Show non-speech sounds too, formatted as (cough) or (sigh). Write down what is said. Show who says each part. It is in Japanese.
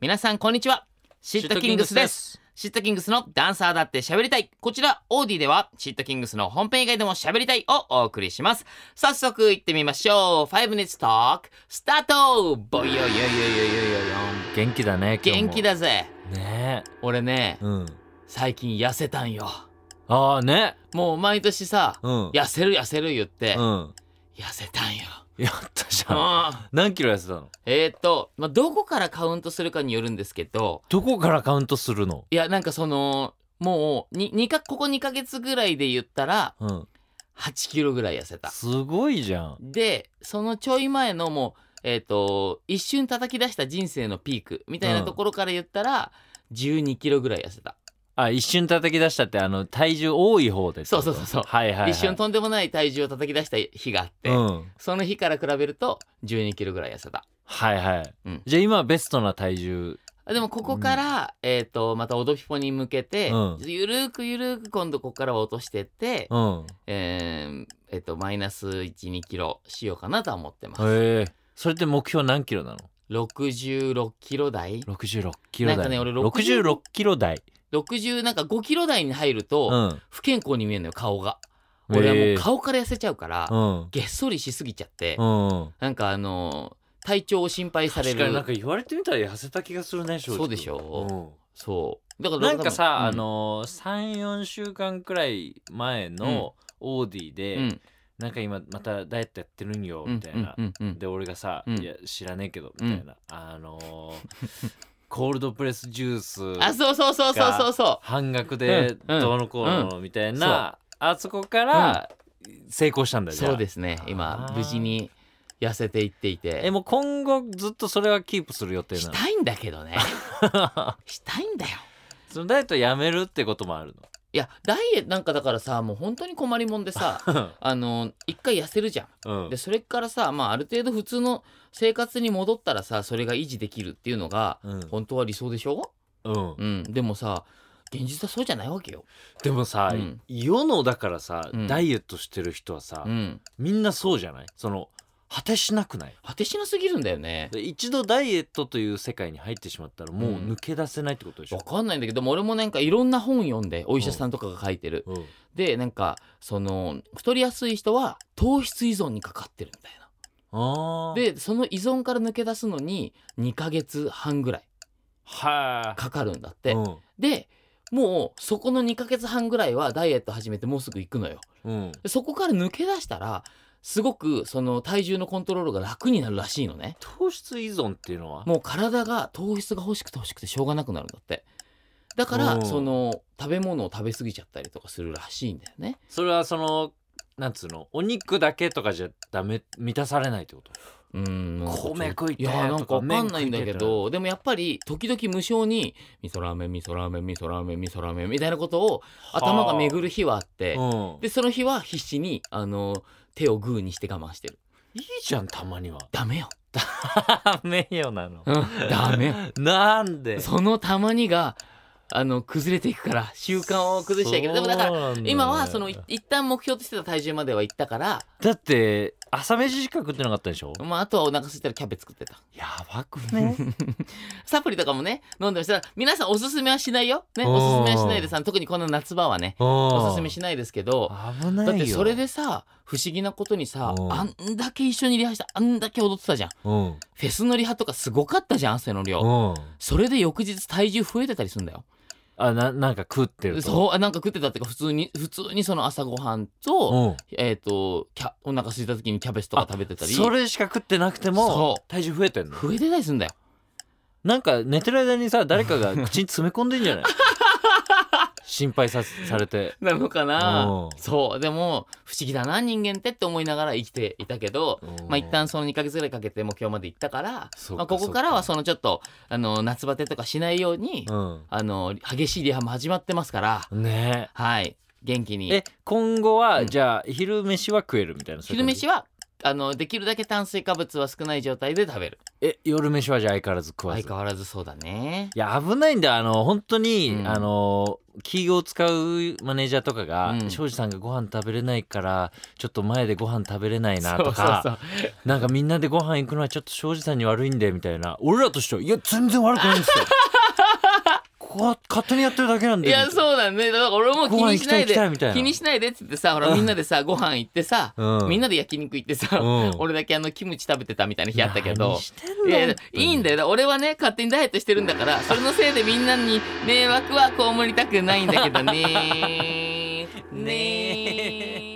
Speaker 1: 皆さんこんにちはシットキングスです
Speaker 2: す。
Speaker 1: シットキングスのダンサーだって喋りたいこちらオーディではシットキングスの本編以外でも喋りたいをお送りします早速行ってみましょう5 minutes talk スタートボヨヨヨヨヨヨヨン
Speaker 2: 元気だね。今日も
Speaker 1: 元気。だぜ
Speaker 2: ね
Speaker 1: 俺ね
Speaker 2: え。うん。
Speaker 1: 最近痩せたんよ
Speaker 2: ああね。
Speaker 1: もう毎年さ
Speaker 2: うん。
Speaker 1: 痩せる痩せる言って
Speaker 2: うん。
Speaker 1: 痩せたんよ
Speaker 2: やったじゃん。
Speaker 1: あ
Speaker 2: 何キロ痩せたの？
Speaker 1: えーっと、まあ、どこからカウントするかによるんですけど
Speaker 2: どこからカウントするの？
Speaker 1: いやなんかそのもうににかここ2ヶ月ぐらいで言ったら
Speaker 2: うん。
Speaker 1: 8キロぐらい痩せた
Speaker 2: すごいじゃん。
Speaker 1: でそのちょい前のもうえーっと一瞬叩き出した人生のピークみたいなところから言ったら、12キロぐらい痩せた、
Speaker 2: あ一瞬叩き出したってあの体重多い方でってこと。
Speaker 1: そうそうそうそう
Speaker 2: はいはいはい。
Speaker 1: 一瞬とんでもない体重を叩き出した日があって、
Speaker 2: うん。
Speaker 1: その日から比べると12キロぐらい痩せた
Speaker 2: はいはい。
Speaker 1: うん
Speaker 2: じゃあ今ベストな体重。
Speaker 1: でもここから、えっ、とまたオドフィポに向けて、
Speaker 2: うん
Speaker 1: ゆるーくゆるーく今度ここからは落としてって、
Speaker 2: うん。
Speaker 1: えーえっとマイナス12キロしようかなとは思ってます、
Speaker 2: へえ。それって目標何キロなの？
Speaker 1: 66キロ台
Speaker 2: 六十六キロ台。
Speaker 1: なんかね俺
Speaker 2: 六十六キロ台。
Speaker 1: 60なんか5キロ台に入ると、
Speaker 2: うん。
Speaker 1: 不健康に見えるのよ顔が俺はも
Speaker 2: へ
Speaker 1: う
Speaker 2: え
Speaker 1: 顔から痩せちゃうから、
Speaker 2: うん。
Speaker 1: げっそりしすぎちゃって、
Speaker 2: うん。
Speaker 1: なんかあのー体調を心配され
Speaker 2: 確かになん
Speaker 1: る
Speaker 2: か言われてみたら痩せた気がするね正直
Speaker 1: そうでしょそうだか
Speaker 2: う
Speaker 1: ら
Speaker 2: んなんかさ、あ
Speaker 1: 多分
Speaker 2: のー、34週間くらい前のオーディで、
Speaker 1: うんうん
Speaker 2: なんか今またダイエットやってるんよ
Speaker 1: うん
Speaker 2: みたいな、
Speaker 1: うんうんうん
Speaker 2: で俺がさ、
Speaker 1: うん
Speaker 2: いや知らねえけどみたいな、あのーコールドプレスジュ
Speaker 1: あ
Speaker 2: ース
Speaker 1: そうそうそうそうそうそう
Speaker 2: 半額で
Speaker 1: うんうん
Speaker 2: どうのこうのみたいな、あそこから成功したんだよ、じゃあ
Speaker 1: そうですね今
Speaker 2: あー
Speaker 1: 無事に痩せていってい
Speaker 2: え
Speaker 1: て
Speaker 2: もう今後ずっとそれはキープする予定な
Speaker 1: したいんだけど
Speaker 2: (laughs)
Speaker 1: ね
Speaker 2: の
Speaker 1: したいんだよ
Speaker 2: そのダイエットやめるってこともある
Speaker 1: いやダイエットなんかだからさもう本当に困りもんでさ
Speaker 2: の (laughs)
Speaker 1: あの一回痩せるじゃ
Speaker 2: うんん
Speaker 1: でそれからさ、まあ、ある程度普通の生活に戻ったらさそれが維持できるっていうのが
Speaker 2: うん
Speaker 1: 本当は理想でしょ
Speaker 2: うん
Speaker 1: うんでもさ現実はそうじゃないわけよ
Speaker 2: でもさ、
Speaker 1: うん
Speaker 2: 世のだからさ、
Speaker 1: うん
Speaker 2: ダイエットしてる人はさ、
Speaker 1: うん
Speaker 2: みんなそうじゃないその果てしなくない
Speaker 1: 果てしなすぎるんだよね
Speaker 2: で一度ダイエットという世界に入ってしまったらもう
Speaker 1: うん
Speaker 2: 抜け出せないってことでしょ
Speaker 1: わ、かんないんだけども俺もなんかいろんな本読んでお医者さんとかが書いてる
Speaker 2: うん
Speaker 1: でなんかその太りやすい人は糖質依存にかかってるみたいな
Speaker 2: あー
Speaker 1: でその依存から抜け出すのに2ヶ月半ぐらい
Speaker 2: はあ
Speaker 1: かかるんだって、
Speaker 2: うん
Speaker 1: でもうそこの2ヶ月半ぐらいはダイエット始めてもうすぐ行くのよ
Speaker 2: うん、
Speaker 1: でそこから抜け出したらすごくその体重のコントロールが楽になるらしいのね
Speaker 2: 糖質依存っていうのは
Speaker 1: もう体が糖質が欲しくて欲しくてしょうがなくなるんだってだか
Speaker 2: お
Speaker 1: ら
Speaker 2: う
Speaker 1: その食べ物を食べ過ぎちゃったりとかするらしいんだよね
Speaker 2: それはそのなんつうのお肉だけとかじゃダメ満たされないってこと
Speaker 1: うんなんかちょっと
Speaker 2: 米食いて
Speaker 1: いやーなんかわかんないんだけ
Speaker 2: とか麺食いてってな
Speaker 1: どでもやっぱり時々無性に味噌ラーメン味噌ラーメン味噌ラーメン味噌ラーメンみたいなことを頭が巡る日はあって
Speaker 2: うん、
Speaker 1: でその日は必死にあの手をグーにして我慢してる
Speaker 2: いいじゃんた
Speaker 1: (laughs)
Speaker 2: まには
Speaker 1: ダメよ、
Speaker 2: ダメよなの
Speaker 1: うん、ダメよ
Speaker 2: (laughs) なんで
Speaker 1: そのたまにがあの崩れていくから習慣を崩していけないでもだから
Speaker 2: ら
Speaker 1: 今はそのい一旦目標としてた体重まではいったから、
Speaker 2: だって朝飯しか食ってなかったでしょ
Speaker 1: まあ、あとはお腹空いたらキャベツ作ってた
Speaker 2: やばく (laughs) ね
Speaker 1: (laughs) サプリとかもね飲んでましたら皆さんおすすめはしないよ、ね、
Speaker 2: うん
Speaker 1: おすすめはしないでさ特にこの夏場はねお
Speaker 2: お
Speaker 1: すすめしないですけど
Speaker 2: 危ない
Speaker 1: だ
Speaker 2: よ
Speaker 1: ってそれでさ不思議なことにさ
Speaker 2: うん
Speaker 1: あんだけ一緒にリハしたあんだけ踊ってたじゃん
Speaker 2: うんうん
Speaker 1: フェスのリハとかすごかったじゃん汗の量それで翌日体重増えてたりするんだよ
Speaker 2: あななんか食ってると
Speaker 1: そうあなんか食ってたっていうか普通に普通にその朝ごはんと,、
Speaker 2: うん
Speaker 1: えっとキャお腹空いた時にキャベツとか食べてたり
Speaker 2: それしか食ってなくて
Speaker 1: そ
Speaker 2: も
Speaker 1: う
Speaker 2: 体重増えてんの
Speaker 1: 増えてたりするんだよ
Speaker 2: なんか寝てる間にさ誰かが口に詰め込んでん
Speaker 1: (laughs)
Speaker 2: じゃない心配さされて
Speaker 1: なのかな
Speaker 2: うん
Speaker 1: そうでも不思議だな人間ってって思いながら生きていたけどまあ一旦その2ヶ月ぐらいかけて目標まで行ったから
Speaker 2: そう
Speaker 1: ま
Speaker 2: か
Speaker 1: あ、ここからは
Speaker 2: そ
Speaker 1: そのちょっとあの夏バテとかしないように、
Speaker 2: うん
Speaker 1: あの激しいリハも始まってますから、
Speaker 2: ね
Speaker 1: はい元気に
Speaker 2: え今後は、
Speaker 1: うん
Speaker 2: じゃあ昼飯は食えるみたいな
Speaker 1: 昼飯
Speaker 2: は
Speaker 1: はあのできるだけ炭水化物は少ない状態で食べる
Speaker 2: え夜飯はじゃあ相変わらず食わず
Speaker 1: 相変わらずそうだね
Speaker 2: いや危ないんだよあの本当に、
Speaker 1: うん
Speaker 2: あの企業を使うマネージャーとかが
Speaker 1: うん
Speaker 2: 庄司、さんがご飯食べれないからちょっと前でご飯食べれないなとか
Speaker 1: そうそうそう
Speaker 2: なんかみんなでご飯行くのはちょっと庄司さんに悪いんでみたいな俺らとしてはいや全然悪くないん
Speaker 1: (laughs)
Speaker 2: ですよここは勝手にやってるだけなんで
Speaker 1: いや
Speaker 2: う、
Speaker 1: そうだねだから俺も気
Speaker 2: ご飯
Speaker 1: に
Speaker 2: 行き
Speaker 1: したないい
Speaker 2: 行き
Speaker 1: で
Speaker 2: たいみたいな
Speaker 1: 気にしないでっつってさほらみんなでさご飯行ってさ、
Speaker 2: うん、
Speaker 1: みん
Speaker 2: な
Speaker 1: なで焼肉行ってさ、
Speaker 2: うん
Speaker 1: 俺だけあのキムチ食べてたみたいな日あったけど
Speaker 2: 何してんの
Speaker 1: いやいやいいんだよ俺はね勝手にダイエットしてるんだからそれのせいでみんなに
Speaker 2: (laughs)
Speaker 1: 迷惑は被りたくないんだけどねねえ